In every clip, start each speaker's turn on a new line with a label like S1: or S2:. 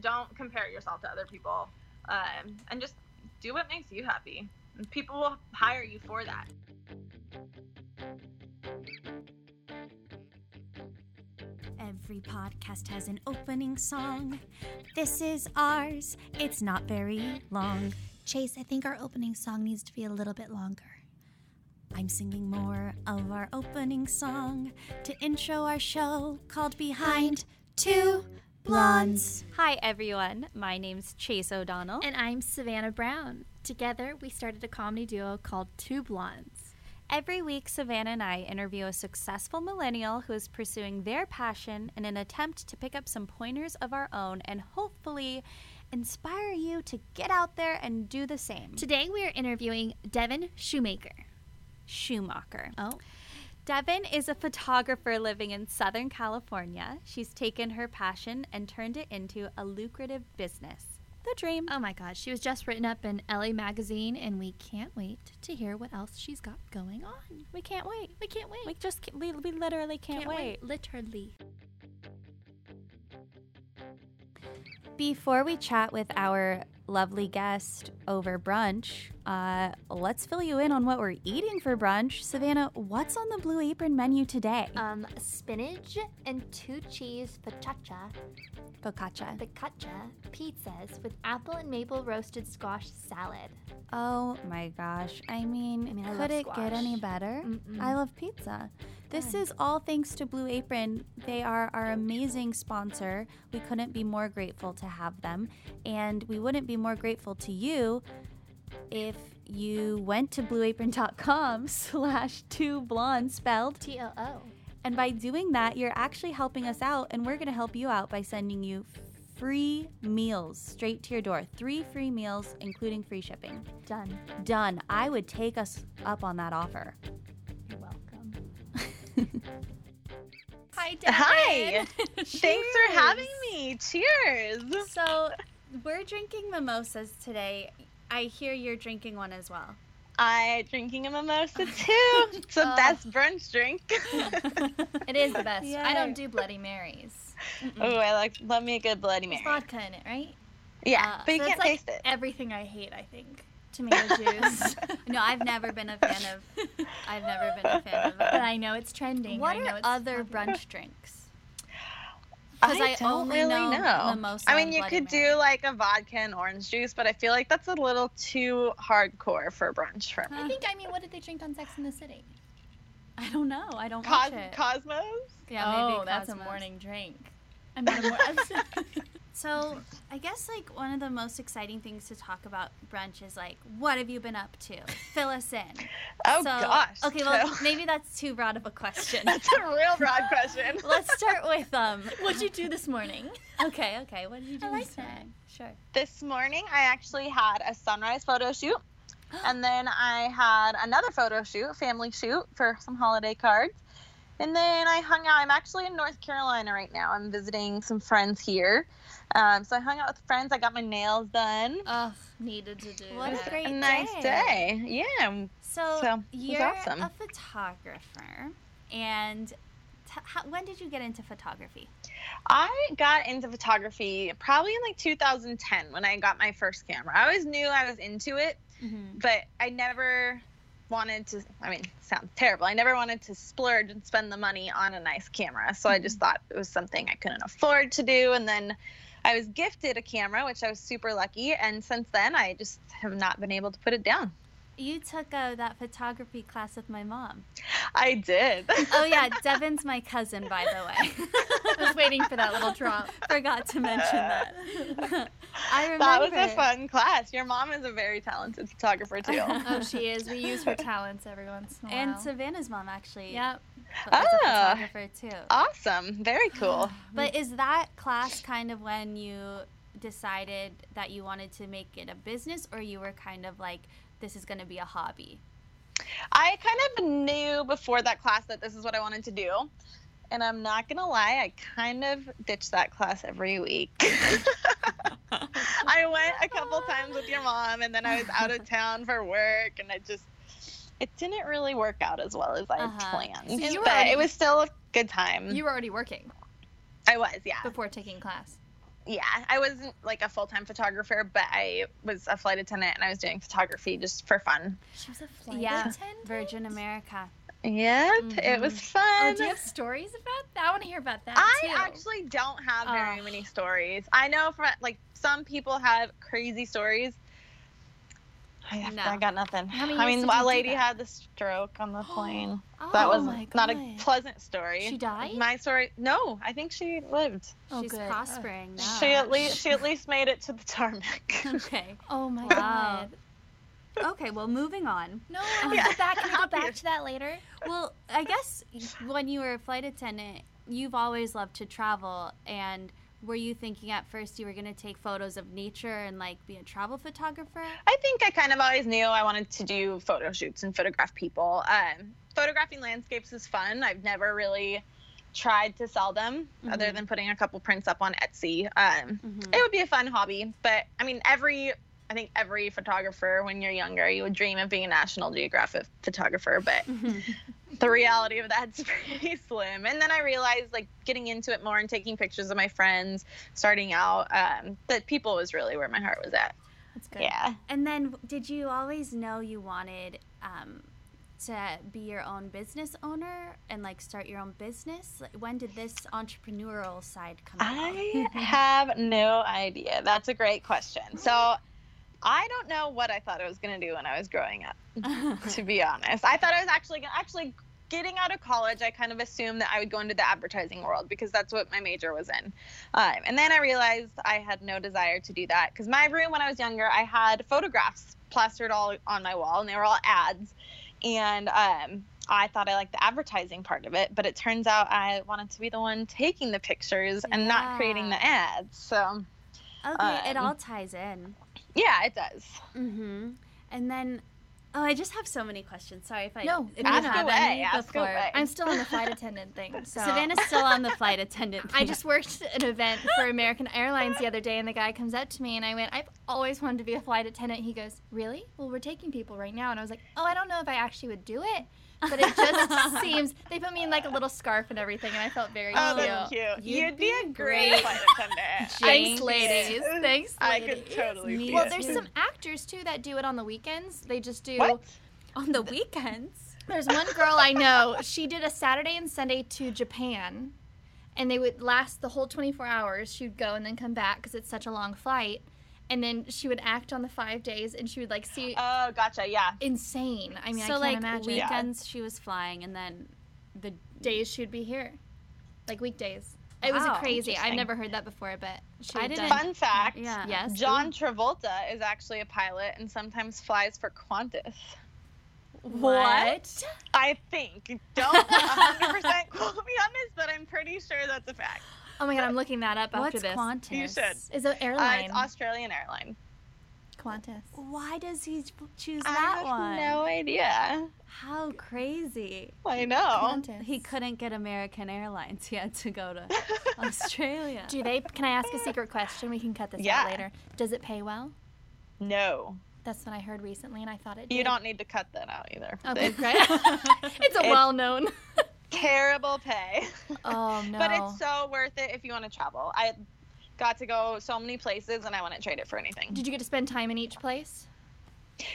S1: don't compare yourself to other people, um, and just do what makes you happy. And people will hire you for that.
S2: Every podcast has an opening song. This is ours. It's not very long.
S3: Chase, I think our opening song needs to be a little bit longer.
S2: I'm singing more of our opening song to intro our show called Behind Two Blondes.
S4: Hi, everyone. My name's Chase O'Donnell.
S3: And I'm Savannah Brown. Together, we started a comedy duo called Two Blondes.
S4: Every week, Savannah and I interview a successful millennial who is pursuing their passion in an attempt to pick up some pointers of our own and hopefully inspire you to get out there and do the same.
S3: Today, we are interviewing Devin Shoemaker.
S4: Schumacher.
S3: Oh.
S4: Devin is a photographer living in Southern California. She's taken her passion and turned it into a lucrative business. The dream.
S3: Oh my God, she was just written up in LA Magazine, and we can't wait to hear what else she's got going on.
S4: We can't wait.
S3: We can't wait.
S4: We just ca- we, we literally can't, wait.
S3: Literally.
S4: Before we chat with our lovely guest over brunch, uh, let's fill you in on what we're eating for brunch. Savannah, what's on the Blue Apron menu today?
S5: um, spinach and two cheese focaccia,
S4: Focaccia.
S5: focaccia pizzas with apple and maple roasted squash salad.
S4: Oh my gosh. I mean,
S5: I mean, I love
S4: could it
S5: squash.
S4: get any better?
S5: Mm-mm.
S4: I love pizza. This is all thanks to Blue Apron. They are our amazing sponsor. We couldn't be more grateful to have them. And we wouldn't be more grateful to you if you went to blueapron.com slash two blonde spelled
S5: T O O.
S4: and by doing that, you're actually helping us out, and we're going to help you out by sending you free meals straight to your door. Three free meals, including free shipping.
S5: Done.
S4: Done. I would take us up on that offer.
S5: You're welcome.
S3: Hi, Devin.
S1: Hi. Thanks for having me. Cheers.
S4: So, we're drinking mimosas today. I hear you're drinking one as well.
S1: I drinking a mimosa too. It's the
S3: Oh.
S1: best brunch drink.
S3: It is the best. I
S4: Yay.
S3: don't do Bloody Marys.
S1: oh, I like love me a good Bloody
S3: There's
S1: Mary.
S3: vodka in it, right?
S1: yeah,
S3: Uh,
S1: but you
S3: so
S1: can't
S3: that's like
S1: taste it.
S3: Everything I hate, I think. Tomato juice.
S4: No, I've never been a fan of. I've never been a fan of.
S3: but I know it's trending.
S4: What
S3: I know
S4: are
S3: it's
S4: other
S3: popular.
S4: brunch drinks?
S1: I
S4: uh, 'Cause I
S1: don't
S4: only
S1: really
S4: know
S1: know.
S4: mimosa
S1: I mean,
S4: and
S1: you
S4: Bloody
S1: could
S4: Mary.
S1: do like a vodka and orange juice, but I feel like that's a little too hardcore for brunch for me.
S3: I think. I mean, what did they drink on Sex in the City?
S4: I don't know. I don't watch
S1: Cos-
S4: it.
S1: Cosmos.
S4: yeah,
S3: oh,
S4: maybe
S3: that's a
S4: Cosmos.
S3: morning drink. I mean, a mor-
S2: So, I guess like one of the most exciting things to talk about brunch is like, what have you been up to? Fill us in.
S1: Oh
S2: so,
S1: gosh.
S2: Okay, well,
S1: So-
S2: maybe that's too broad of a question.
S1: that's a real broad question.
S2: Let's start with um.
S3: What'd you do this morning?
S2: Okay, okay. What did you do?
S3: I like
S2: this
S3: that.
S2: morning? Sure.
S1: this morning I actually had a sunrise photo shoot. And then I had another photo shoot, family shoot for some holiday cards. And then I hung out. I'm actually in North Carolina right now. I'm visiting some friends here. Um, so I hung out with friends. I got my nails done.
S3: Ugh, needed to do.
S2: What
S3: that.
S2: a great
S1: A nice day. Yeah.
S2: So,
S1: So, it was
S2: you're
S1: awesome.
S2: a photographer, and t- how, when did you get into photography?
S1: I got into photography probably in like 2010 when I got my first camera. I always knew I was into it,
S3: Mm-hmm.
S1: but I never wanted to i mean sounds terrible i never wanted to splurge and spend the money on a nice camera so i just thought it was something i couldn't afford to do and then i was gifted a camera which i was super lucky and since then i just have not been able to put it down
S2: You took uh, that photography class with my mom.
S1: i did
S2: Oh yeah, Devin's my cousin, by the way.
S3: I was waiting for that little drop.
S2: Forgot to mention that. I remember.
S1: that was a fun class your mom is a very talented photographer too
S3: Oh, she is. We use her talents every once in a while.
S2: And Savannah's mom actually
S3: yep.
S2: was a
S1: Ah.
S2: photographer too.
S1: awesome very cool
S2: But is that class kind of when you decided that you wanted to make it a business, or you were kind of like, this is going to be a hobby?
S1: I kind of knew before that class that this is what I wanted to do. And I'm not going to lie, I kind of ditched that class every week. I went a couple times with your mom, and then I was out of town for work, and I just, it didn't really work out as well as I had
S2: Uh-huh.
S1: planned.
S3: So you were
S1: but
S3: already-
S1: it was still a good time.
S3: You were already working
S1: I was, yeah.
S3: before taking class.
S1: yeah, I wasn't like a full time photographer, but I was a flight attendant and I was doing photography just for fun.
S5: She was a flight
S4: Yeah.
S5: attendant.
S4: Virgin America.
S1: Yep, it was fun.
S5: Oh, do you have stories about that? I want to hear about that
S1: I
S5: too. Oh.
S1: actually don't have very
S5: Ugh.
S1: many stories. I know for like some people have crazy stories. I,
S5: No.
S1: I got nothing.
S5: How many
S1: I
S5: years
S1: mean,
S5: did you
S1: a
S5: do
S1: lady
S5: that?
S1: had the stroke on the plane.
S5: oh,
S1: that was
S5: my
S1: not a
S5: God.
S1: pleasant story.
S4: She died?
S1: My story? No, I think she lived.
S6: Oh,
S4: She's
S6: good.
S4: prospering now.
S1: She at least she at least made it to the tarmac.
S4: okay.
S6: Oh my
S4: Wow.
S6: god.
S4: Okay, well, moving on.
S6: No.
S4: Can we go back, can we go back
S1: Obvious.
S4: to that later?
S5: Well,
S4: I guess when you were a flight attendant, you've always loved to travel. And were you thinking at first you were going to take photos of nature and like be a travel photographer?
S1: I think I kind of always knew I wanted to do photo shoots and photograph people. Um, photographing landscapes is fun. I've never really tried to sell them other than putting a couple prints up on Etsy. Um,
S5: Mm-hmm.
S1: It would be a fun hobby, but I mean, every I think every photographer when you're younger, you would dream of being a National Geographic photographer, but
S5: Mm-hmm.
S1: the reality of that's pretty slim. And then I realized, like, getting into it more and taking pictures of my friends, starting out, um, that people was really where my heart was at.
S4: That's good.
S1: Yeah.
S4: And then did you always know you wanted um, to be your own business owner and like start your own business? Like, When did this entrepreneurial side come along?
S1: I have no idea. That's a great question. So I don't know what I thought I was going to do when I was growing up, to be honest. I thought I was actually gonna, actually getting out of college, I kind of assumed that I would go into the advertising world because that's what my major was in. Um, and then I realized I had no desire to do that because my room when I was younger, I had photographs plastered all on my wall and they were all ads. And um, I thought I liked the advertising part of it, but it turns out I wanted to be the one taking the pictures and not creating the ads. So,
S4: Okay, it
S1: Um,
S4: all ties in.
S1: yeah, it does.
S4: Mm-hmm. And then, oh, I just have so many questions. Sorry if I
S5: No,
S4: if you
S1: Ask
S4: have
S1: away.
S4: any
S1: Ask
S4: before-
S1: away.
S5: I'm still on the flight attendant thing. So.
S4: Savannah's still on the flight attendant.
S5: I
S4: thing.
S5: just worked an event for American Airlines the other day, and the guy comes up to me, and I went, I've always wanted to be a flight attendant. He goes, Really? Well, we're taking people right now. And I was like, Oh, I don't know if I actually would do it, but it just seems. They put me in like a little scarf and everything, and I felt very
S1: Oh,
S5: cute.
S1: that's cute.
S5: You'd
S1: You'd, be a great,
S5: great
S1: flight attendant.
S5: Thanks,
S1: I-
S5: ladies. Thanks,
S1: I
S5: ladies.
S1: could totally see
S5: well,
S1: it.
S5: there's some actors too that do it on the weekends. They just do.
S1: What?
S4: on the weekends.
S5: There's one girl I know. She did a Saturday and Sunday to Japan, and they would last the whole 24 hours. She'd go and then come back because it's such a long flight, and then she would act on the five days, and she would like see
S1: Oh, gotcha. Yeah.
S5: insane. I
S4: so
S5: mean, I can't
S4: like
S5: imagine
S1: Yeah.
S4: weekends, she was flying, and then the
S5: days she'd be here, like weekdays. It was
S4: Wow,
S5: crazy. I've
S1: interesting.
S5: never heard that before, but she
S4: I
S5: had
S4: didn't-
S5: done-
S1: Fun fact.
S4: yeah.
S5: Yes.
S1: John Travolta is actually a pilot and sometimes flies for Qantas.
S5: What?
S1: I think. Don't 100% quote me on this, but I'm pretty sure that's a fact.
S5: Oh my god, I'm looking that up
S4: What's
S5: after this.
S4: Qantas?
S1: You should.
S5: Is an
S1: Uh,
S5: airline
S1: it's Australian airline.
S5: Qantas?
S4: Why does he choose
S1: I
S4: that
S1: have
S4: one?
S1: no idea.
S4: How crazy!
S1: I know.
S5: Qantas.
S4: He couldn't get American Airlines. He had to go to Australia.
S5: Do they? Can I ask a secret question? We can cut this
S1: Yeah.
S5: out later. Does it pay well?
S1: No.
S5: That's what I heard recently, and I thought it. Did.
S1: You don't need to cut that out either.
S5: Okay,
S1: It's
S5: great. it's a
S1: It's-
S5: well-known.
S1: terrible pay.
S5: Oh no.
S1: But it's so worth it if you want to travel. I got to go so many places and I wouldn't trade it for anything.
S5: Did you get to spend time in each place?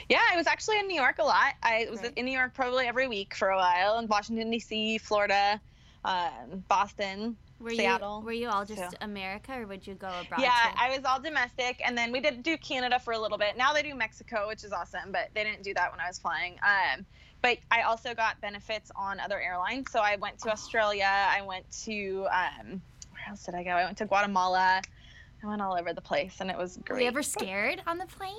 S1: Yeah, I was actually in New York a lot. I was
S5: Right.
S1: in New York probably every week for a while, in Washington D.C., Florida, um, Boston.
S4: Were you-
S1: Seattle.
S4: were you all just
S1: So-
S4: America, or would you go abroad?
S1: yeah,
S4: too?
S1: I was all domestic, and then we did do Canada for a little bit. Now they do Mexico, which is awesome, but they didn't do that when I was flying. Um, but I also got benefits on other airlines, so I went to Australia. I went to um, where else did I go? I went to Guatemala. I went all over the place, and it was
S5: Were
S1: great.
S5: you ever scared on the plane?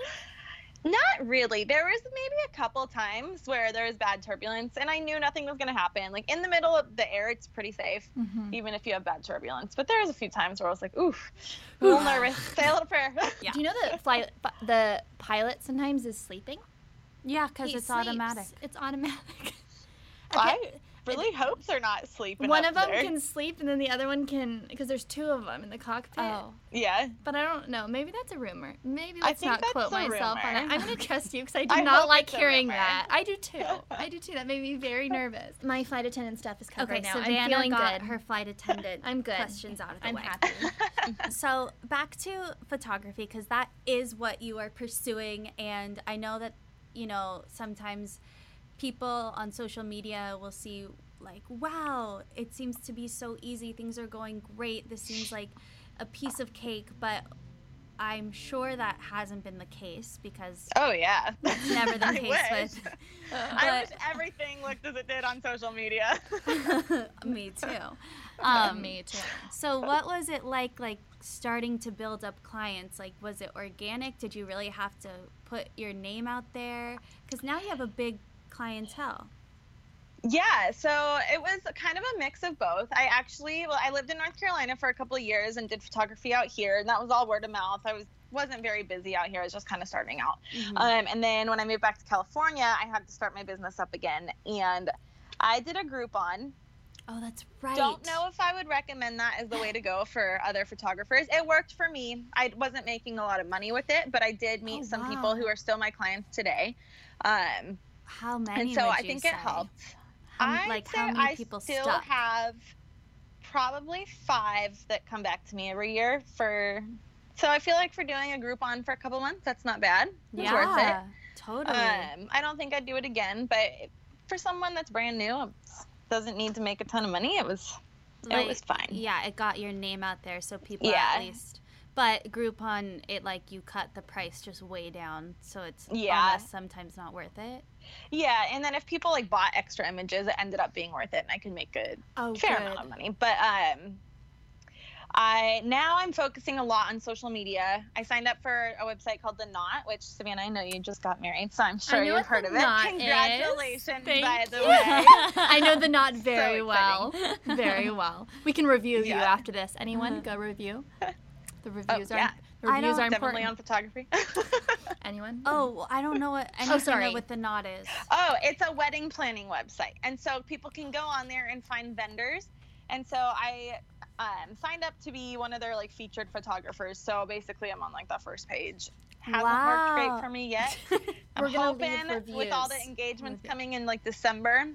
S1: Not really. There was maybe a couple times where there was bad turbulence, and I knew nothing was going to happen. Like in the middle of the air, it's pretty safe,
S5: Mhm.
S1: even if you have bad turbulence. But there was a few times where I was like, "Oof, a little nervous. Say a little prayer."
S4: Yeah.
S5: Do you know that fly, the pilot sometimes is sleeping?
S4: yeah, because
S5: He
S4: it's
S5: sleeps.
S4: automatic.
S5: It's automatic.
S1: I really hope they're not sleeping.
S7: One
S1: up
S7: of them
S1: there.
S7: can sleep, and then the other one can, because there's two of them in the cockpit.
S5: Oh,
S1: Yeah.
S7: But I don't know. Maybe that's a rumor. Maybe
S1: I
S7: let's
S1: think
S7: not
S1: that's
S7: quote
S1: a
S7: myself on
S1: rumor.
S7: it. I'm going to trust you because I do
S1: I
S7: not
S1: hope
S7: like
S1: it's a
S7: hearing
S1: rumor.
S7: that. I do too. I do too. That made me very nervous. My flight attendant stuff is covered
S4: Okay,
S7: now.
S4: Savannah
S7: I'm feeling
S4: got
S7: good.
S4: her flight attendant
S7: I'm good.
S4: questions out of the
S7: I'm
S4: way.
S7: happy.
S4: So
S2: back to photography because that is what you are pursuing and i know that you know sometimes people on social media will see like wow it seems to be so easy things are going great this seems like a piece of cake but i'm sure that hasn't been the case because
S1: Oh yeah.
S2: it's never the
S1: I
S2: case
S1: wish.
S2: with
S1: I wish everything looked as it did on social media.
S2: me too
S4: um,
S5: me too.
S2: So what was it like like starting to build up clients? Like was it organic? Did you really have to put your name out there? Cuz now you have a big clientele.
S1: Yeah, so it was kind of a mix of both. I actually, well, I lived in North Carolina for a couple of years and did photography out here, and that was all word of mouth. I was wasn't very busy out here. I was just kind of starting out.
S2: Mm-hmm.
S1: Um, and then when I moved back to California, I had to start my business up again, and I did a Groupon.
S2: Oh, that's right.
S1: Don't know if I would recommend that as the way to go for other photographers. It worked for me. I wasn't making a lot of money with it, but I did meet
S2: Oh,
S1: some
S2: wow.
S1: people who are still my clients today. Um,
S2: How many
S1: and so
S2: would
S1: I
S2: you
S1: think
S2: say?
S1: it helped.
S2: How m-
S1: I'd
S2: like
S1: say
S2: how many
S1: I
S2: people
S1: still
S2: stuck?
S1: have probably five that come back to me every year for. So I feel like for doing a group on for a couple months, that's not bad. It's worth it.
S2: Totally.
S1: Um, I don't think I'd do it again, but for someone that's brand new, um, doesn't need to make a ton of money. It was
S2: Like,
S1: it was fine.
S2: Yeah, it got your name out there so people
S1: Yeah.
S2: at least but Groupon, it like you cut the price just way down, so it's
S1: Yeah.
S2: almost sometimes not worth it.
S1: Yeah, and then if people like bought extra images, it ended up being worth it, and I could make a
S7: Oh,
S1: fair
S7: good.
S1: amount of money. But um, I now I'm focusing a lot on social media. I signed up for a website called The Knot, which Savannah, I know you just got married, so I'm sure
S7: know
S1: you've
S7: what
S1: heard
S7: The
S1: of it.
S7: Knot is.
S1: Congratulations,
S7: Thank
S1: by the
S7: you.
S1: way.
S7: I know the knot very
S1: exciting.
S7: well. Very well. We can review you
S1: Yeah.
S7: after this. Anyone go review? The reviews are
S1: yeah.
S7: the reviews are
S1: Definitely
S7: important.
S1: on photography.
S7: Anyone?
S2: Oh, well, I don't know what anything
S7: sorry.
S2: know what the knot is.
S1: Oh, it's a wedding planning website. And so people can go on there and find vendors. And so I um, signed up to be one of their like featured photographers. So basically I'm on like the first page. Hasn't worked
S2: Wow.
S1: great for me yet. I'm
S7: We're gonna leave
S1: hoping with all the
S7: reviews.
S1: engagements
S7: Review.
S1: coming in like December,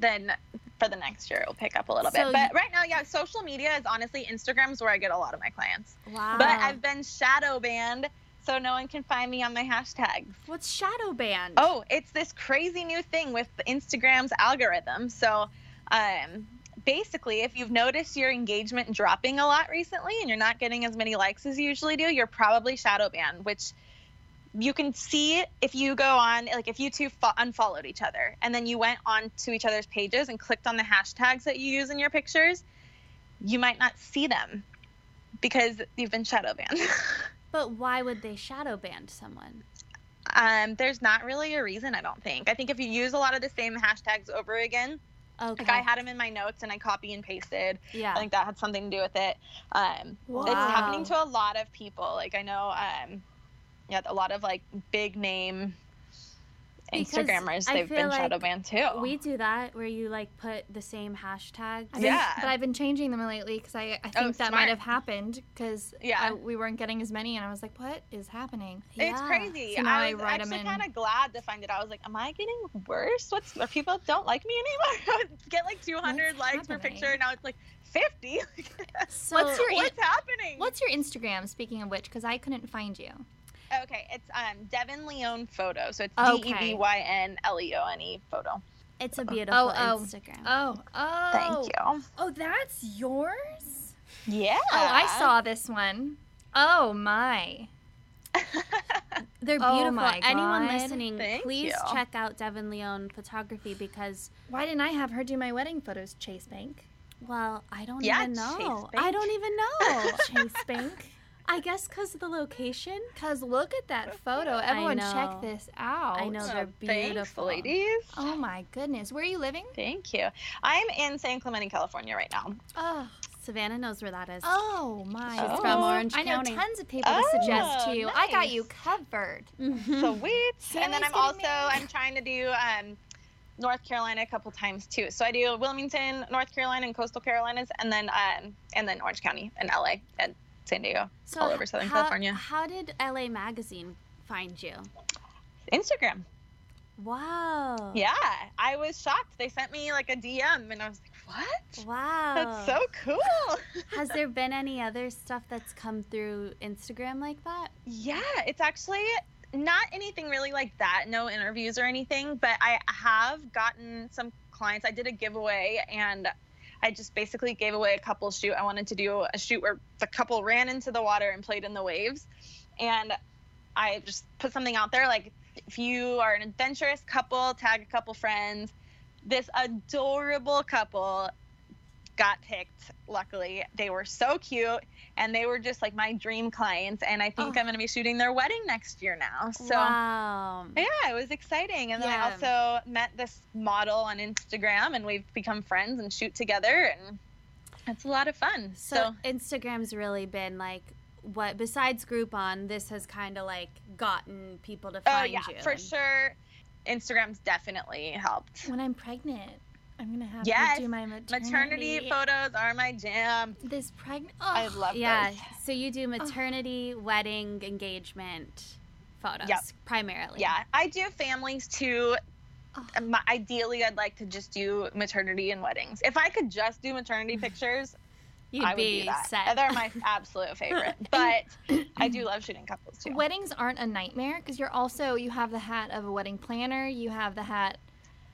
S1: then for the next year it'll pick up a little
S2: So
S1: bit. But right now, yeah, social media is honestly Instagram's where I get a lot of my clients.
S2: Wow.
S1: But I've been shadow banned, so no one can find me on my hashtags.
S2: What's shadow band?
S1: Oh, it's this crazy new thing with Instagram's algorithm. So, um, basically, if you've noticed your engagement dropping a lot recently and you're not getting as many likes as you usually do, you're probably shadow banned, which you can see if you go on, like if you two fo- unfollowed each other and then you went on to each other's pages and clicked on the hashtags that you use in your pictures, you might not see them because you've been shadow banned.
S2: But why would they shadow band someone?
S1: Um, there's not really a reason, I don't think. I think if you use a lot of the same hashtags over again,
S2: Okay.
S1: like I had them in my notes and I copy and pasted.
S2: yeah.
S1: I think that had something to do with it. Um, It's
S2: Wow.
S1: happening to a lot of people. Like I know, um, yeah, a lot of like big name
S2: Because
S1: Instagrammers,
S2: I
S1: they've
S2: feel
S1: been
S2: like
S1: shadow banned too.
S2: we do that where you like put the same hashtag.
S7: I've been-
S1: Yeah.
S7: but I've been changing them lately because I, I think
S1: Oh,
S7: that
S1: smart.
S7: might have happened because
S1: Yeah.
S7: we weren't getting as many, and I was like, what is happening?
S1: It's
S2: Yeah.
S1: crazy.
S7: So now I
S1: I was
S7: write 'em
S1: actually
S7: in.
S1: kind of glad to find it. out. I was like, "Am I getting worse? What's are people don't like me anymore? I would get like 200
S7: What's
S1: likes per
S7: happening?
S1: picture. Now it's like 50.
S2: So,
S7: What's your-
S1: What's happening?
S7: What's your Instagram? Speaking of which, because I couldn't find you.
S1: Okay, it's um Devin Leone photo. So it's
S7: Okay.
S1: D E V Y N L E O N E photo.
S2: it's a beautiful
S7: oh.
S2: Instagram.
S7: Oh, oh,
S1: Thank you.
S7: Oh, that's yours.
S1: Yeah.
S7: Oh, I saw this one. Oh my.
S2: They're
S7: Oh
S2: beautiful.
S7: my
S2: Anyone
S7: God.
S2: listening,
S1: Thank
S2: please
S1: you.
S2: check out Devin Leone photography because
S7: Why didn't I have her do my wedding photos, Chase Bank?
S2: well, I don't
S1: Yeah,
S2: even
S1: Chase
S2: know.
S1: Bank.
S2: I don't even know.
S7: Chase Bank.
S2: I guess cuz the location.
S7: Cause look at that photo. Everyone,
S2: know.
S7: check this out.
S2: I know
S1: Oh,
S2: they're
S1: Thanks,
S2: beautiful.
S1: ladies.
S7: Oh my goodness. Where are you living?
S1: Thank you. I'm in San Clemente, California right now.
S7: Oh,
S2: Savannah knows where that is.
S7: oh my.
S1: She's
S2: from
S7: goodness.
S2: Orange
S7: I know
S2: County.
S7: tons of people to suggest
S1: Oh,
S7: to you. I got
S1: nice.
S7: you covered.
S1: Sweet. and then
S7: Sammy's
S1: I'm
S7: getting
S1: also
S7: married.
S1: I'm trying to do um North Carolina a couple times too. So I do Wilmington, North Carolina, and coastal Carolinas, and then um, and then Orange County and LA and San Diego,
S4: So
S1: all over Southern
S4: how,
S1: California.
S4: How did LA Magazine find you?
S1: Instagram.
S4: Wow.
S1: Yeah, I was shocked. They sent me like a DM, and I was like, "What?
S4: Wow.
S1: That's so cool."
S4: Has there been any other stuff that's come through Instagram like that?
S1: Yeah, it's actually not anything really like that. No interviews or anything, but I have gotten some clients. I did a giveaway and I just basically gave away a couple shoot. I wanted to do a shoot where the couple ran into the water and played in the waves. And I just put something out there like if you are an adventurous couple, tag a couple friends. This adorable couple got picked, luckily. They were so cute and they were just like my dream clients and i think
S4: Oh.
S1: i'm going to be shooting their wedding next year now so
S4: wow.
S1: yeah it was exciting and then
S4: Yeah.
S1: i also met this model on instagram and we've become friends and shoot together and it's a lot of fun so,
S4: So, Instagram's really been like what besides Groupon, this has kind of like gotten people to
S1: oh
S4: find
S1: yeah
S4: you.
S1: for
S4: and-
S1: sure instagram's definitely helped
S7: When I'm pregnant, I'm gonna have
S1: Yes,
S7: to do my maternity.
S1: maternity photos are my jam
S7: This pregnant.
S1: i
S7: Oh,
S1: love
S4: Yeah.
S1: those
S4: So you
S1: Oh.
S4: do maternity, wedding, engagement photos
S1: Yep.
S4: primarily.
S1: yeah i do families too My, ideally i'd like to just do maternity and weddings if i could just do maternity pictures
S4: You'd
S1: I would
S4: be
S1: do that.
S4: set.
S1: They're my absolute favorite. But I do love shooting couples too.
S7: weddings aren't a nightmare because you're also you have the hat of a wedding planner. You have the hat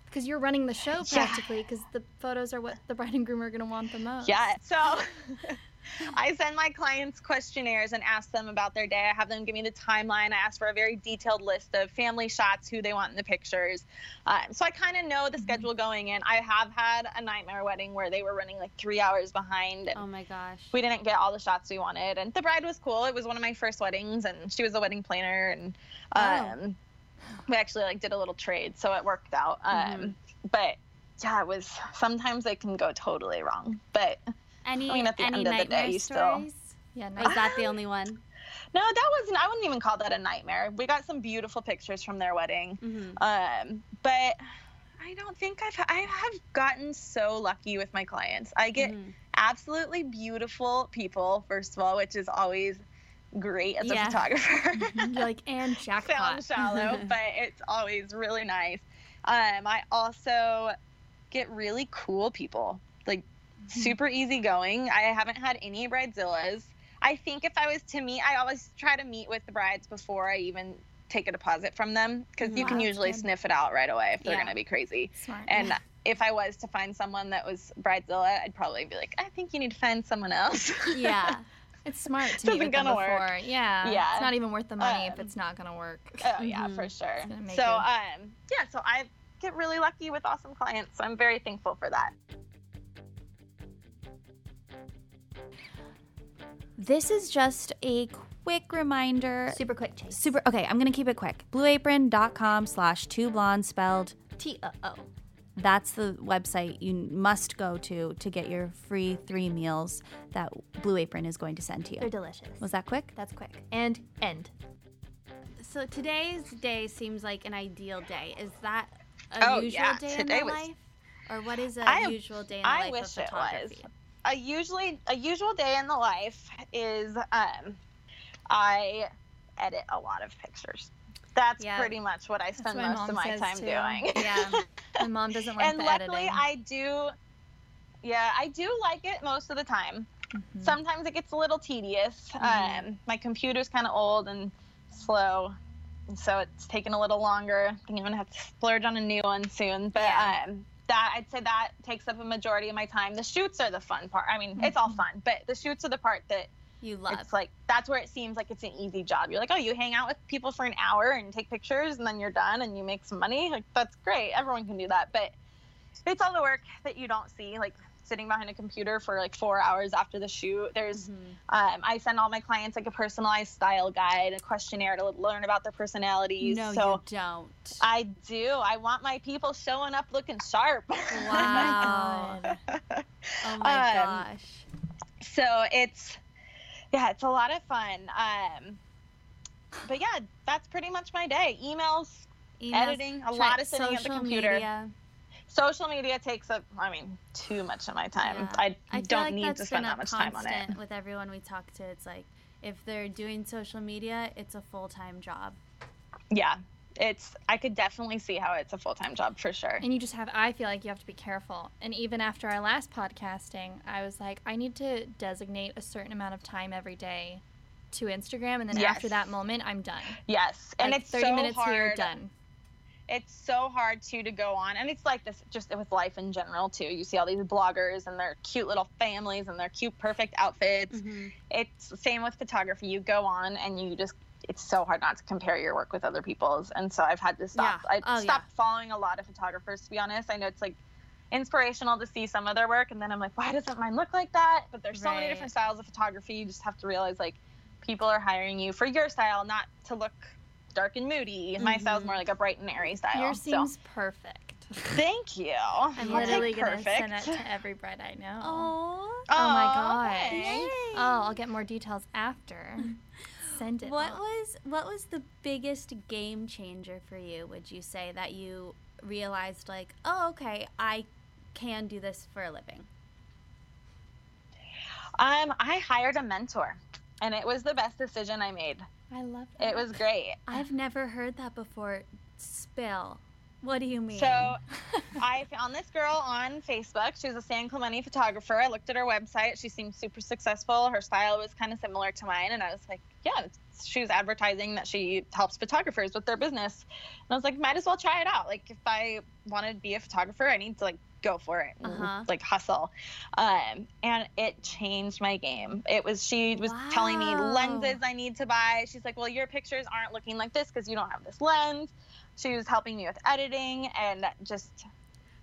S7: because you're running the show
S1: Yeah.
S7: practically because the photos are what the bride and groom are gonna want the most.
S1: Yeah. So I send my clients questionnaires and ask them about their day. I have them give me the timeline. I ask for a very detailed list of family shots, who they want in the pictures. Um, so I kind of know the
S4: Mm-hmm.
S1: schedule going in. I have had a nightmare wedding where they were running like three hours behind. And
S4: Oh my gosh.
S1: we didn't get all the shots we wanted and the bride was cool it was one of my first weddings and she was the wedding planner and
S4: Oh.
S1: um, we actually like did a little trade so it worked out um,
S4: Mhm.
S1: but yeah it was sometimes they can go totally wrong but
S4: Any
S1: I mean, at the
S4: any
S1: end of the
S4: nightmare
S1: day, you still-
S4: stories?
S7: Yeah.
S4: Or is
S7: Nice.
S4: that the only one?
S1: Ah. no that wasn't i wouldn't even call that a nightmare we got some beautiful pictures from their wedding
S4: Mm-hmm.
S1: um, but i don't think i've i have gotten so lucky with my clients i get
S4: Mm-hmm.
S1: absolutely beautiful people first of all which is always great as
S4: Yeah. Mm-hmm.
S1: a photographer
S7: You're like and jackpot.
S1: sound shallow, but it's always really nice. Um, I also get really cool people, like
S4: Mm-hmm.
S1: super easygoing. I haven't had any bridezillas. I think if I was to meet, I always try to meet with the brides before I even take a deposit from them because you
S7: Wow,
S1: can
S7: that's
S1: usually
S7: good.
S1: sniff it out right away if they're
S4: Yeah.
S1: going to be crazy.
S7: Smart.
S1: And if I was to find someone that was bridezilla, I'd probably be like, I think you need to find someone else. Uh,
S4: Yeah.
S7: It's smart to
S1: Doesn't
S7: meet with them
S1: gonna work.
S7: before. Yeah.
S1: Yeah.
S7: It's not even worth the money if
S1: Um,
S7: it's not gonna work.
S1: Oh yeah,
S4: Mhm.
S1: for sure.
S7: Mm-hmm. gonna make
S1: So
S7: you-
S1: um yeah, so I get really lucky with awesome clients. So I'm very thankful for that.
S2: This is just a quick reminder.
S5: Super quick chase.
S2: Super. Okay, I'm gonna keep it quick. Blueapron.com slash two blondes spelled.
S5: T O O.
S2: That's the website you must go to to get your free three meals that Blue Apron is going to send to
S5: They're
S2: you.
S5: delicious.
S2: Was that quick?
S5: That's quick. And end.
S4: So today's day seems like an ideal day. Is that a
S1: Oh,
S4: usual
S1: yeah.
S4: day in
S1: Today
S4: the
S1: was-
S4: life? Or what is a
S1: I-
S4: usual day in the
S1: I
S4: life
S1: wish
S4: of
S1: it was.
S4: photography?
S1: A usually a usual day in the life is um I edit a lot of pictures. That's
S4: Yeah.
S1: pretty much what I spend
S7: what my
S1: most of
S7: mom
S1: my
S7: says,
S1: time
S7: too.
S1: doing.
S4: Yeah.
S7: My mom doesn't like
S1: and
S7: the
S1: luckily
S7: editing.
S1: I do yeah, I do like it most of the time.
S7: Mhm.
S1: Sometimes it gets a little tedious.
S7: Mm-hmm.
S1: Um, my computer's kind of old and slow, and so it's taking a little longer. I think I'm gonna have to splurge on a new one soon. But
S4: Yeah.
S1: um, that I'd say that takes up a majority of my time. The shoots are the fun part. I mean,
S7: Mm-hmm.
S1: it's all fun, but the shoots are the part that
S4: You love.
S1: it's like that's where it seems like it's an easy job. You're like, oh, you hang out with people for an hour and take pictures, and then you're done, and you make some money. Like that's great. Everyone can do that, but it's all the work that you don't see, like sitting behind a computer for like four hours after the shoot. There's,
S4: Mm-hmm.
S1: um, I send all my clients like a personalized style guide, a questionnaire to learn about their personalities.
S4: no,
S1: so
S4: you don't.
S1: I do. I want my people showing up looking sharp.
S4: Wow. Oh my
S1: Oh Um,
S4: gosh.
S1: so it's yeah it's a lot of fun um but yeah that's pretty much my day emails
S4: Emails,
S1: editing a
S4: try-
S1: lot of sitting at the
S4: social
S1: computer
S4: media.
S1: social media takes up, I mean, too much of my time.
S4: Yeah.
S1: I,
S4: I feel
S1: don't
S4: like
S1: need
S4: that's
S1: to spend
S4: been a
S1: that much time on it.
S4: constant With everyone we talk to, it's like if they're doing social media, it's a full time job.
S1: Yeah. It's, I could definitely see how it's a full time job for sure.
S7: And you just have, I feel like you have to be careful. And even after our last podcasting, I was like, I need to designate a certain amount of time every day to Instagram. And then after
S1: Yes.
S7: that moment, I'm done.
S1: Yes. And
S7: Like,
S1: it's
S7: 30
S1: so
S7: minutes
S1: hard.
S7: here, done.
S1: it's so hard too to go on and it's like this just with life in general too you see all these bloggers and their cute little families and their cute perfect outfits
S4: Mm-hmm.
S1: it's the same with photography you go on and you just it's so hard not to compare your work with other people's and so i've had to stop
S4: Yeah.
S1: i
S4: Oh, yeah.
S1: stopped following a lot of photographers to be honest i know it's like inspirational to see some of their work and then i'm like why doesn't mine look like that but there's so many
S4: Right.
S1: different styles of photography you just have to realize like people are hiring you for your style not to look dark and moody my
S7: Mm-hmm.
S1: style's more like a bright and airy style
S7: Yours
S1: so-
S7: seems perfect.
S1: Thank you.
S7: I'm
S1: I'll take
S7: literally going to
S1: perfect.
S7: send that to every bride I know.
S4: Oh,
S7: Oh my
S1: Aw,
S7: gosh.
S1: thanks.
S7: Oh, I'll get more details after. Send it.
S4: what
S7: all.
S4: was what was the biggest game changer for you? Would you say that you realized like, oh, okay, I can do this for a living?
S1: Um, I hired a mentor, and it was the best decision I made.
S7: I love that.
S1: It was great.
S4: I've never heard that before. Spill. What do you mean?
S1: So I found this girl on Facebook. She was a San Clemente photographer. I looked at her website. She seemed super successful. Her style was kind of similar to mine. And I was like, yeah, it's- she was advertising that she helps photographers with their business. And I was like, might as well try it out. Like, if I wanted to be a photographer, I need to like go for it and
S4: Uh-huh.
S1: like hustle. Um, and it changed my game. It was, she was telling me
S4: Wow.
S1: lenses I need to buy. She's like, well, your pictures aren't looking like this because you don't have this lens. She was helping me with editing and just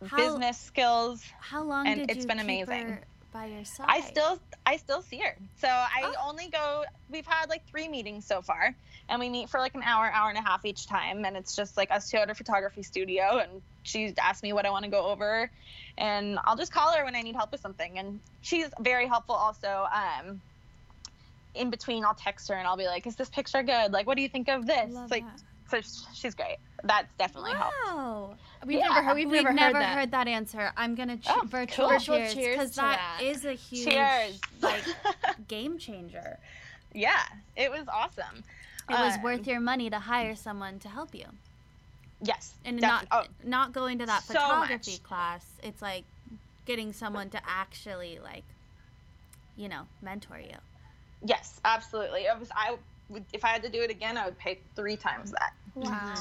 S4: How-
S1: business skills.
S4: how long
S1: and
S4: did
S1: it's
S4: you
S1: been
S4: keep
S1: amazing.
S4: her by your side? Oh.
S1: I still I still see her. So I only go we've had like three meetings so far and we meet for like an hour, hour and a half each time and it's just like us two at her photography studio and she asked me what I want to go over and I'll just call her when I need help with something and she's very helpful also um in between I'll text her and I'll be like is this picture good? Like what do you think of this?
S7: Love
S1: like
S7: that.
S1: so sh- she's great. That's definitely helped.
S4: Wow.
S7: We've
S1: Yeah.
S7: never heard. We've, never, heard that.
S4: answer. I'm gonna ch-
S1: Oh,
S4: virtual
S1: cool.
S7: Virtual
S4: cheers
S7: cheers
S4: because
S7: to that.
S4: that is a huge
S1: Cheers.
S4: like game changer.
S1: Yeah, it was awesome.
S4: It was
S1: Um,
S4: worth your money to hire someone to help you,
S1: Yes,
S4: and
S1: defi- oh,
S4: not not going to that
S1: so
S4: photography
S1: much.
S4: class. It's like getting someone to actually like, you know, mentor you.
S1: Yes, absolutely. I was I would if I had to do it again, I would pay three times that.
S7: Wow.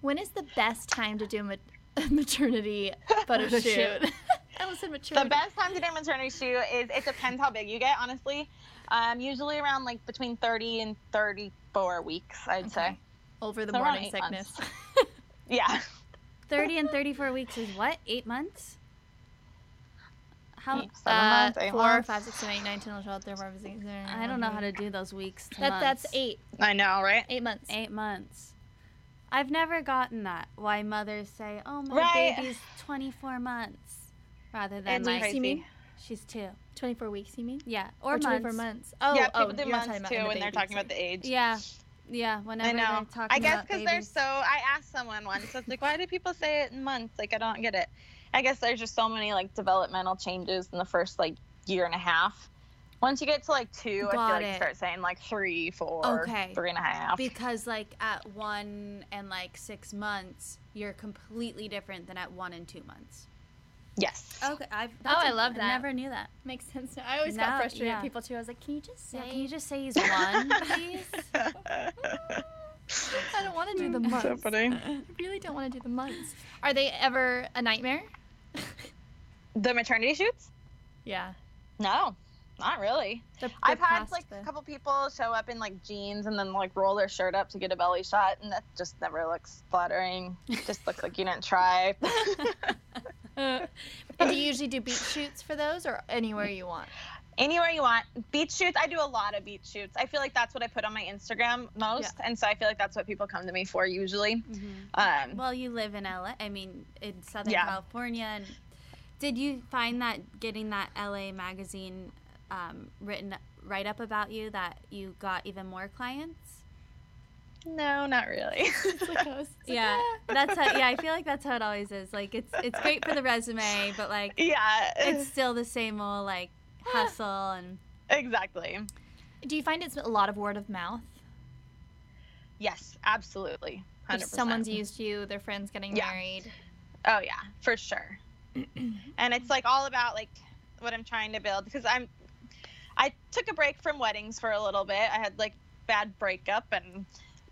S7: When is the best time to do ma- maternity photo shoot? I almost said maturity.
S1: The best time to do a maternity shoot is it depends how big you get, honestly. Um, usually around like between thirty and thirty-four weeks, I'd say.
S7: over the
S1: So around
S7: morning
S1: eight months.
S7: sickness.
S1: Yeah,
S4: Thirty and thirty-four weeks is what? Eight months? How?
S1: Eight, seven
S7: Uh,
S1: months, eight
S7: four,
S1: months.
S7: five, six, seven, eight, nine, ten, eleven, twelve, thirteen, fourteen, fifteen, sixteen,
S4: I don't know how to do those weeks. to
S7: That, that's
S4: months.
S7: eight.
S1: I know, right?
S7: Eight months.
S4: Eight months. I've never gotten that. Why mothers say, "Oh, my
S1: Right.
S4: baby's 24 months," rather than
S7: Eight
S4: like
S7: weeks, you mean?
S4: she's two.
S7: Twenty-four weeks, you mean?
S4: Yeah,
S7: Or,
S4: or,
S7: twenty-four
S4: months.
S7: months? Oh,
S1: yeah,
S7: oh,
S1: people do
S7: you're not talking
S1: months
S7: about
S1: too
S7: the
S1: when
S7: baby,
S1: they're talking
S7: sorry.
S1: about the age.
S4: Yeah, yeah. Whenever
S1: I know.
S4: they're talking
S1: I guess
S4: because
S1: because they're so. I asked someone once. I was like, "Why do people say it in months? Like, I don't get it." I guess there's just so many like developmental changes in the first like year and a half. Once you get to like two, I
S4: Got
S1: feel like
S4: it.
S1: you start saying like three, four,
S4: Okay.
S1: three and a half.
S4: because like at one and like six months, you're completely different than at one and two months.
S1: yes.
S4: Okay, I've
S7: that's I a- love I that.
S4: Never knew that.
S7: Makes sense. now. I always got
S4: No,
S7: frustrated
S4: yeah.
S7: at people too. I was like, can you just say?
S4: Yeah, can you just say he's one, please?
S7: I don't want to do the months.
S1: so funny.
S7: I really don't want to do the months. Are they ever a nightmare?
S1: The maternity shoots?
S7: Yeah.
S1: No, not really.
S7: The, the
S1: I've had
S7: past,
S1: like a
S7: the-
S1: couple people show up in like jeans and then like roll their shirt up to get a belly shot, and that just never looks flattering. just looks like you didn't try.
S7: And do you usually do beach shoots for those or anywhere you want?
S1: Anywhere you want. Beach shoots. I do a lot of beach shoots. I feel like that's what I put on my Instagram most, and so I feel like that's what people come to me for usually. Um,
S7: Mm-hmm.
S4: Well, you live in LA. I mean, in Southern
S1: Yeah.
S4: California. And did you find that getting that LA magazine um, written write up about you that you got even more clients?
S1: no, not really.
S4: yeah, that's how. Yeah, I feel like that's how it always is. Like it's it's great for the resume, but like
S1: yeah,
S4: it's still the same old like hustle and
S1: exactly.
S7: Do you find it's a lot of word of mouth?
S1: Yes, absolutely.
S7: If
S1: 100%.
S7: someone's used you, their friend's getting
S1: Yeah.
S7: married.
S1: Oh yeah, for sure. and it's like all about like what I'm trying to build because I'm I took a break from weddings for a little bit. I had like bad breakup and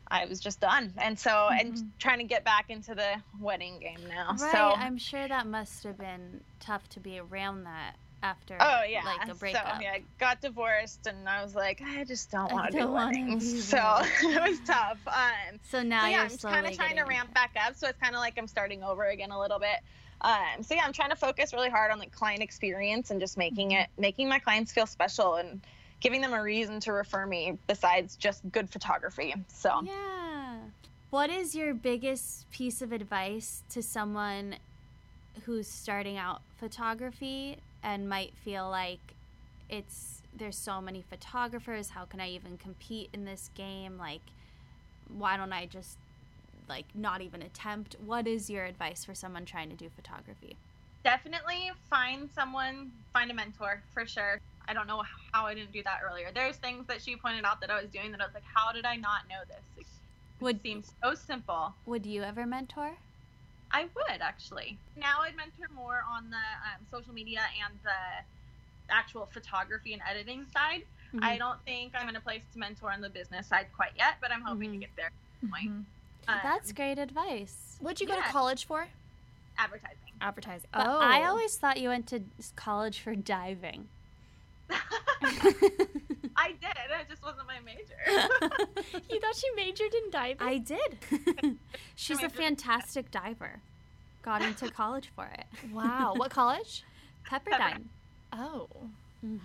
S1: I was just done. And so and trying to get back into the wedding game now.
S4: Mm-hmm. right.
S1: so
S4: I'm sure that must have been tough to be around that after.
S1: Oh yeah.
S4: like a breakup.
S1: So yeah, I got divorced and I was like, I just don't
S4: I
S1: want to do
S4: don't wanna do
S1: weddings. So it was tough. Um
S4: So now
S1: so yeah,
S4: you're
S1: I'm just kind of
S4: slowly
S1: trying to
S4: getting-
S1: ramp back up. So it's kind of like I'm starting over again a little bit. Um, so yeah, I'm trying to focus really hard on like client experience and just making it, making my clients feel special and giving them a reason to refer me besides just good photography. So
S4: Yeah. What is your biggest piece of advice to someone who's starting out photography and might feel like it's there's so many photographers, how can I even compete in this game? Like why don't I just like not even attempt? What is your advice for someone trying to do photography?
S1: definitely find someone, find a mentor for sure. I don't know how I didn't do that earlier. There's things that she pointed out that I was doing that I was like, how did I not know this? It
S4: Would
S1: seems so simple.
S4: would you ever mentor?
S1: I would actually. Now I'd mentor more on the um, social media and the actual photography and editing side. I don't think I'm in a place to mentor on the business side quite yet, but I'm hoping to get there. at some Point. Um,
S4: That's great advice.
S7: What'd you go to
S1: Yeah.
S7: college for?
S1: advertising.
S7: Advertising.
S4: But
S7: oh,
S4: I always thought you went to s- college for diving.
S1: I did. It just wasn't my major.
S7: you thought she majored in diving.
S4: I did. She's
S1: I
S4: a
S1: just-
S4: fantastic diver. Got into college for it.
S7: wow. What college?
S4: Pepperdine.
S7: Oh,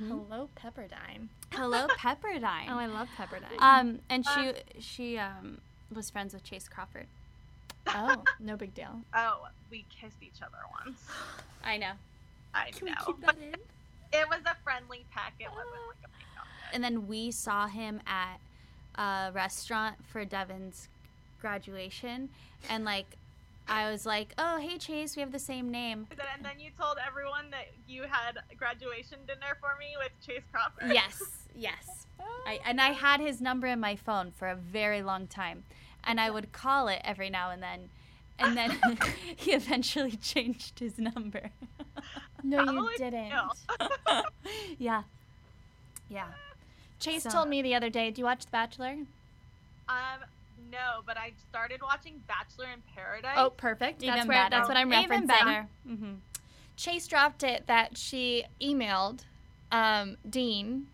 S7: hello Pepperdine.
S4: Hello, Pepperdine.
S7: Oh, I love Pepperdine.
S4: um, and she she um was friends with Chase Crawford.
S7: oh, no big deal.
S1: oh, we kissed each other once.
S4: I know.
S1: I know. It was a friendly pack. It wasn't like a breakup.
S4: And then we saw him at a restaurant for Devin's graduation, and like. I was like, "Oh, hey Chase, we have the same name."
S1: But then- And then you told everyone that you had graduation dinner for me with Chase Crawford.
S4: Yes, yes. I, and I had his number in my phone for a very long time, and I would call it every now and then, and then he eventually changed his number.
S7: No, you
S1: Probably
S7: didn't.
S1: still.
S4: yeah, yeah.
S7: Chase
S4: So-
S7: told me the other day, "Do you watch The Bachelor?"
S1: Um, no, but I started watching Bachelor in Paradise.
S7: Oh, perfect. that's where that's what I'm referencing.
S4: Even better. hmm
S7: Chase dropped it that she emailed um, Dean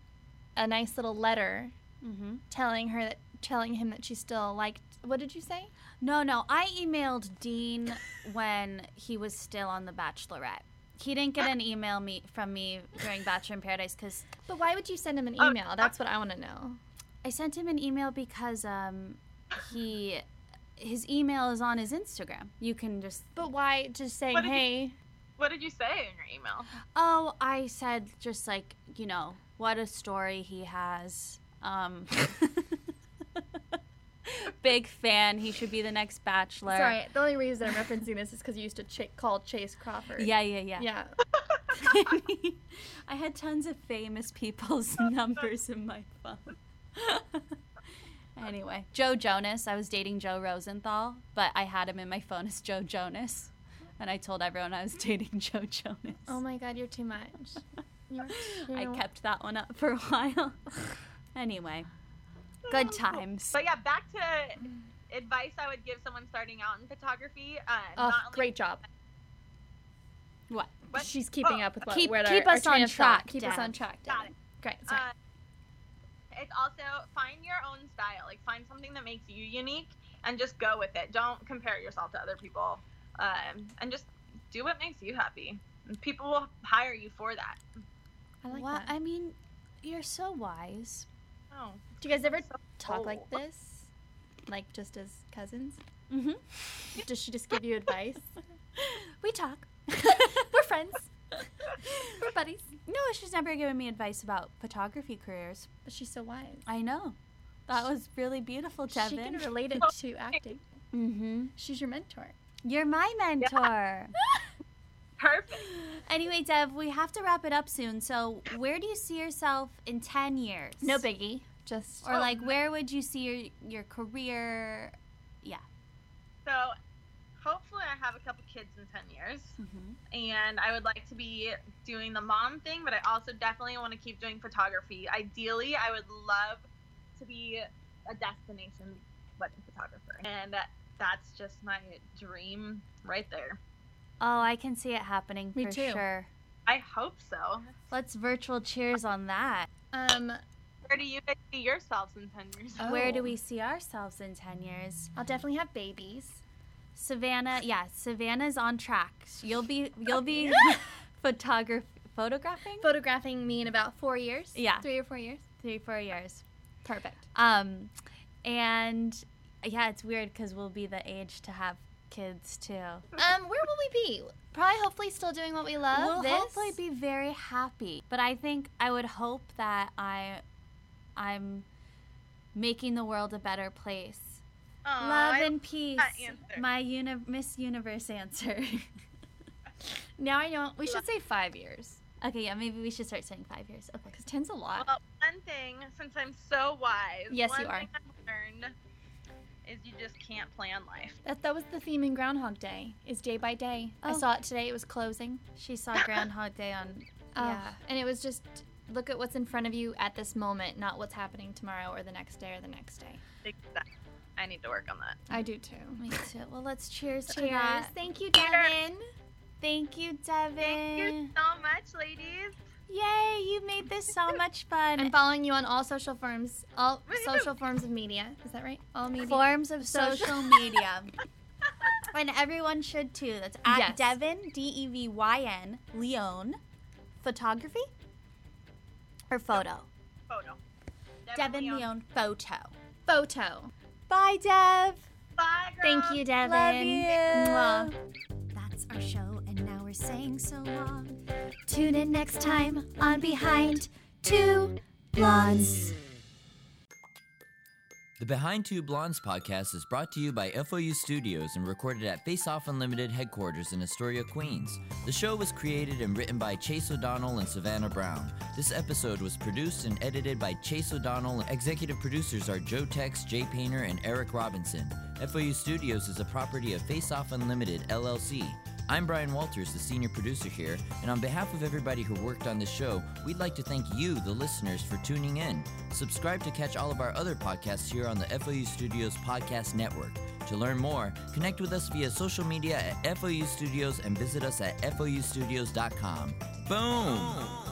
S7: a nice little letter
S4: hmm
S7: telling her that telling him that she still liked. What did you say?
S4: No, no. I emailed Dean when he was still on The Bachelorette. He didn't get an email me from me during Bachelor in Paradise because
S7: But why would you send him an
S1: Oh,
S7: email? That's what I want to know.
S4: I sent him an email because um, he his email is on his Instagram. You can just
S7: But why just saying,
S1: What did you-
S7: "Hey,
S1: What did you say in your email?
S4: Oh, I said just like, you know, what a story he has. Um Big fan. He should be the next bachelor.
S7: sorry." The only reason I'm referencing this is because you used to ch- call Chase Crawford.
S4: Yeah, yeah, yeah.
S7: Yeah.
S4: I had tons of famous people's numbers in my phone. anyway, Joe Jonas. I was dating Joe Rosenthal, but I had him in my phone as Joe Jonas. And I told everyone I was dating Joe Jonas.
S7: Oh my God, you're too much. You're too.
S4: I kept that one up for a while. anyway, good times.
S1: But yeah, back to advice I would give someone starting out in photography. Uh,
S7: Oh,
S1: not only-
S7: great job.
S4: What?
S1: What?
S7: She's keeping
S1: Oh,
S7: up with what
S4: keep-
S7: we're
S4: keep
S7: our,
S4: us
S7: our
S4: on
S7: train of thought.
S4: track,
S7: Keep us
S4: Dad.
S7: on track.
S1: Got
S7: Dad. Great. Sorry.
S1: Uh, it's also find your own style. Like find something that makes you unique and just go with it. Don't compare yourself to other people. Um, and just do what makes you happy. People will hire you for that.
S7: I like
S4: Wha-
S7: that.
S4: I mean, you're so wise.
S1: Oh.
S7: Do you guys ever
S1: so
S7: talk like
S1: old.
S7: this? Like just as cousins?
S4: Mm-hmm.
S7: Does she just give you advice?
S4: We talk.
S7: We're friends. We're buddies.
S4: No, she's never given me advice about photography careers.
S7: But she's so wise.
S4: I know.
S2: That was really beautiful, Tevin.
S7: She can relate it to acting.
S4: Mm-hmm.
S7: She's your mentor.
S4: You're my mentor.
S1: Perfect.
S4: Anyway, Dev, we have to wrap it up soon. So, where do you see yourself in 10 years?
S7: No biggie. Just
S4: Or, like, where would you see your, your career?
S1: So hopefully I have a couple kids in 10 years. And I would like to be doing the mom thing, but I also definitely want to keep doing photography. Ideally, I would love to be a destination wedding photographer. And uh, that- that's just my dream right there.
S4: Oh, I can see it happening
S7: Me
S4: for
S7: too.
S4: sure.
S1: I hope so.
S4: Let's virtual cheers on that.
S7: um,
S1: Where do you guys see yourselves in 10 years?
S7: Oh.
S4: Where do we see ourselves in 10 years?
S7: I'll definitely have babies.
S4: Savannah, yeah, Savannah's on track. You'll be you'll be photograph photographing
S7: Photographing me in about four years.
S4: Yeah.
S7: Three or four years.
S4: 3 4 years.
S7: Perfect.
S4: Um and yeah, it's weird cuz we'll be the age to have kids too.
S7: Um, where will we be? Probably, hopefully, still doing what we love.
S4: we'll
S7: this.
S4: hopefully be very happy. But I think I would hope that I I'm making the world a better place.
S1: Aw,
S4: Love
S1: I-
S4: and peace.
S1: answer.
S4: My uni- Miss Universe answer.
S7: Now I know we should say five years
S4: okay, yeah, maybe we should start saying 5 years. Okay.
S7: because ten's a lot.
S1: Well, one thing, since I'm so wise,
S7: Yes,
S1: one
S7: you are.
S1: Thing I've learned is you just can't plan life.
S7: That that was the theme in Groundhog Day. Is day by day. I
S4: Oh.
S7: saw it today. It was closing.
S4: She saw Groundhog Day on.
S7: yeah. And it was just look at what's in front of you at this moment, not what's happening tomorrow or the next day or the next day.
S1: Exactly. I need to work on that.
S7: I do too.
S4: Me too. Well, let's cheers, to
S7: Cheers.
S4: that.
S7: Thank you, Devin.
S4: Thank you,
S1: Thank you
S4: Devin.
S1: so much, ladies.
S4: Yay, you made this so much fun.
S7: I'm following you on all social forms, all
S1: Woohoo.
S7: social forms of media. Is that right? All media.
S4: forms of
S7: Social-
S4: social media. and everyone should too. That's at
S7: Yes.
S4: Devin, D E V Y N, Leon, photography or photo?
S1: Photo.
S4: Devin
S1: Leon.
S4: Leon, photo.
S7: Photo.
S4: Bye, Dev.
S1: Bye, girls.
S7: Thank you, Devin.
S4: Love you.
S7: Mwah.
S4: That's our show, and now we're saying so long. Tune in next time on Behind Two Blondes.
S8: The Behind Two Blondes podcast is brought to you by FOU Studios and recorded at Face Off Unlimited headquarters in Astoria, Queens. The show was created and written by Chase O'Donnell and Savannah Brown. This episode was produced and edited by Chase O'Donnell. Executive producers are Joe Tex, Jay Painter, and Eric Robinson. FOU Studios is a property of Face Off Unlimited, LLC. I'm Brian Walters, the senior producer here, and on behalf of everybody who worked on this show, we'd like to thank you, the listeners, for tuning in. Subscribe to catch all of our other podcasts here on the FOU Studios Podcast Network. To learn more, connect with us via social media at FOU Studios and visit us at FOUstudios.com. Boom.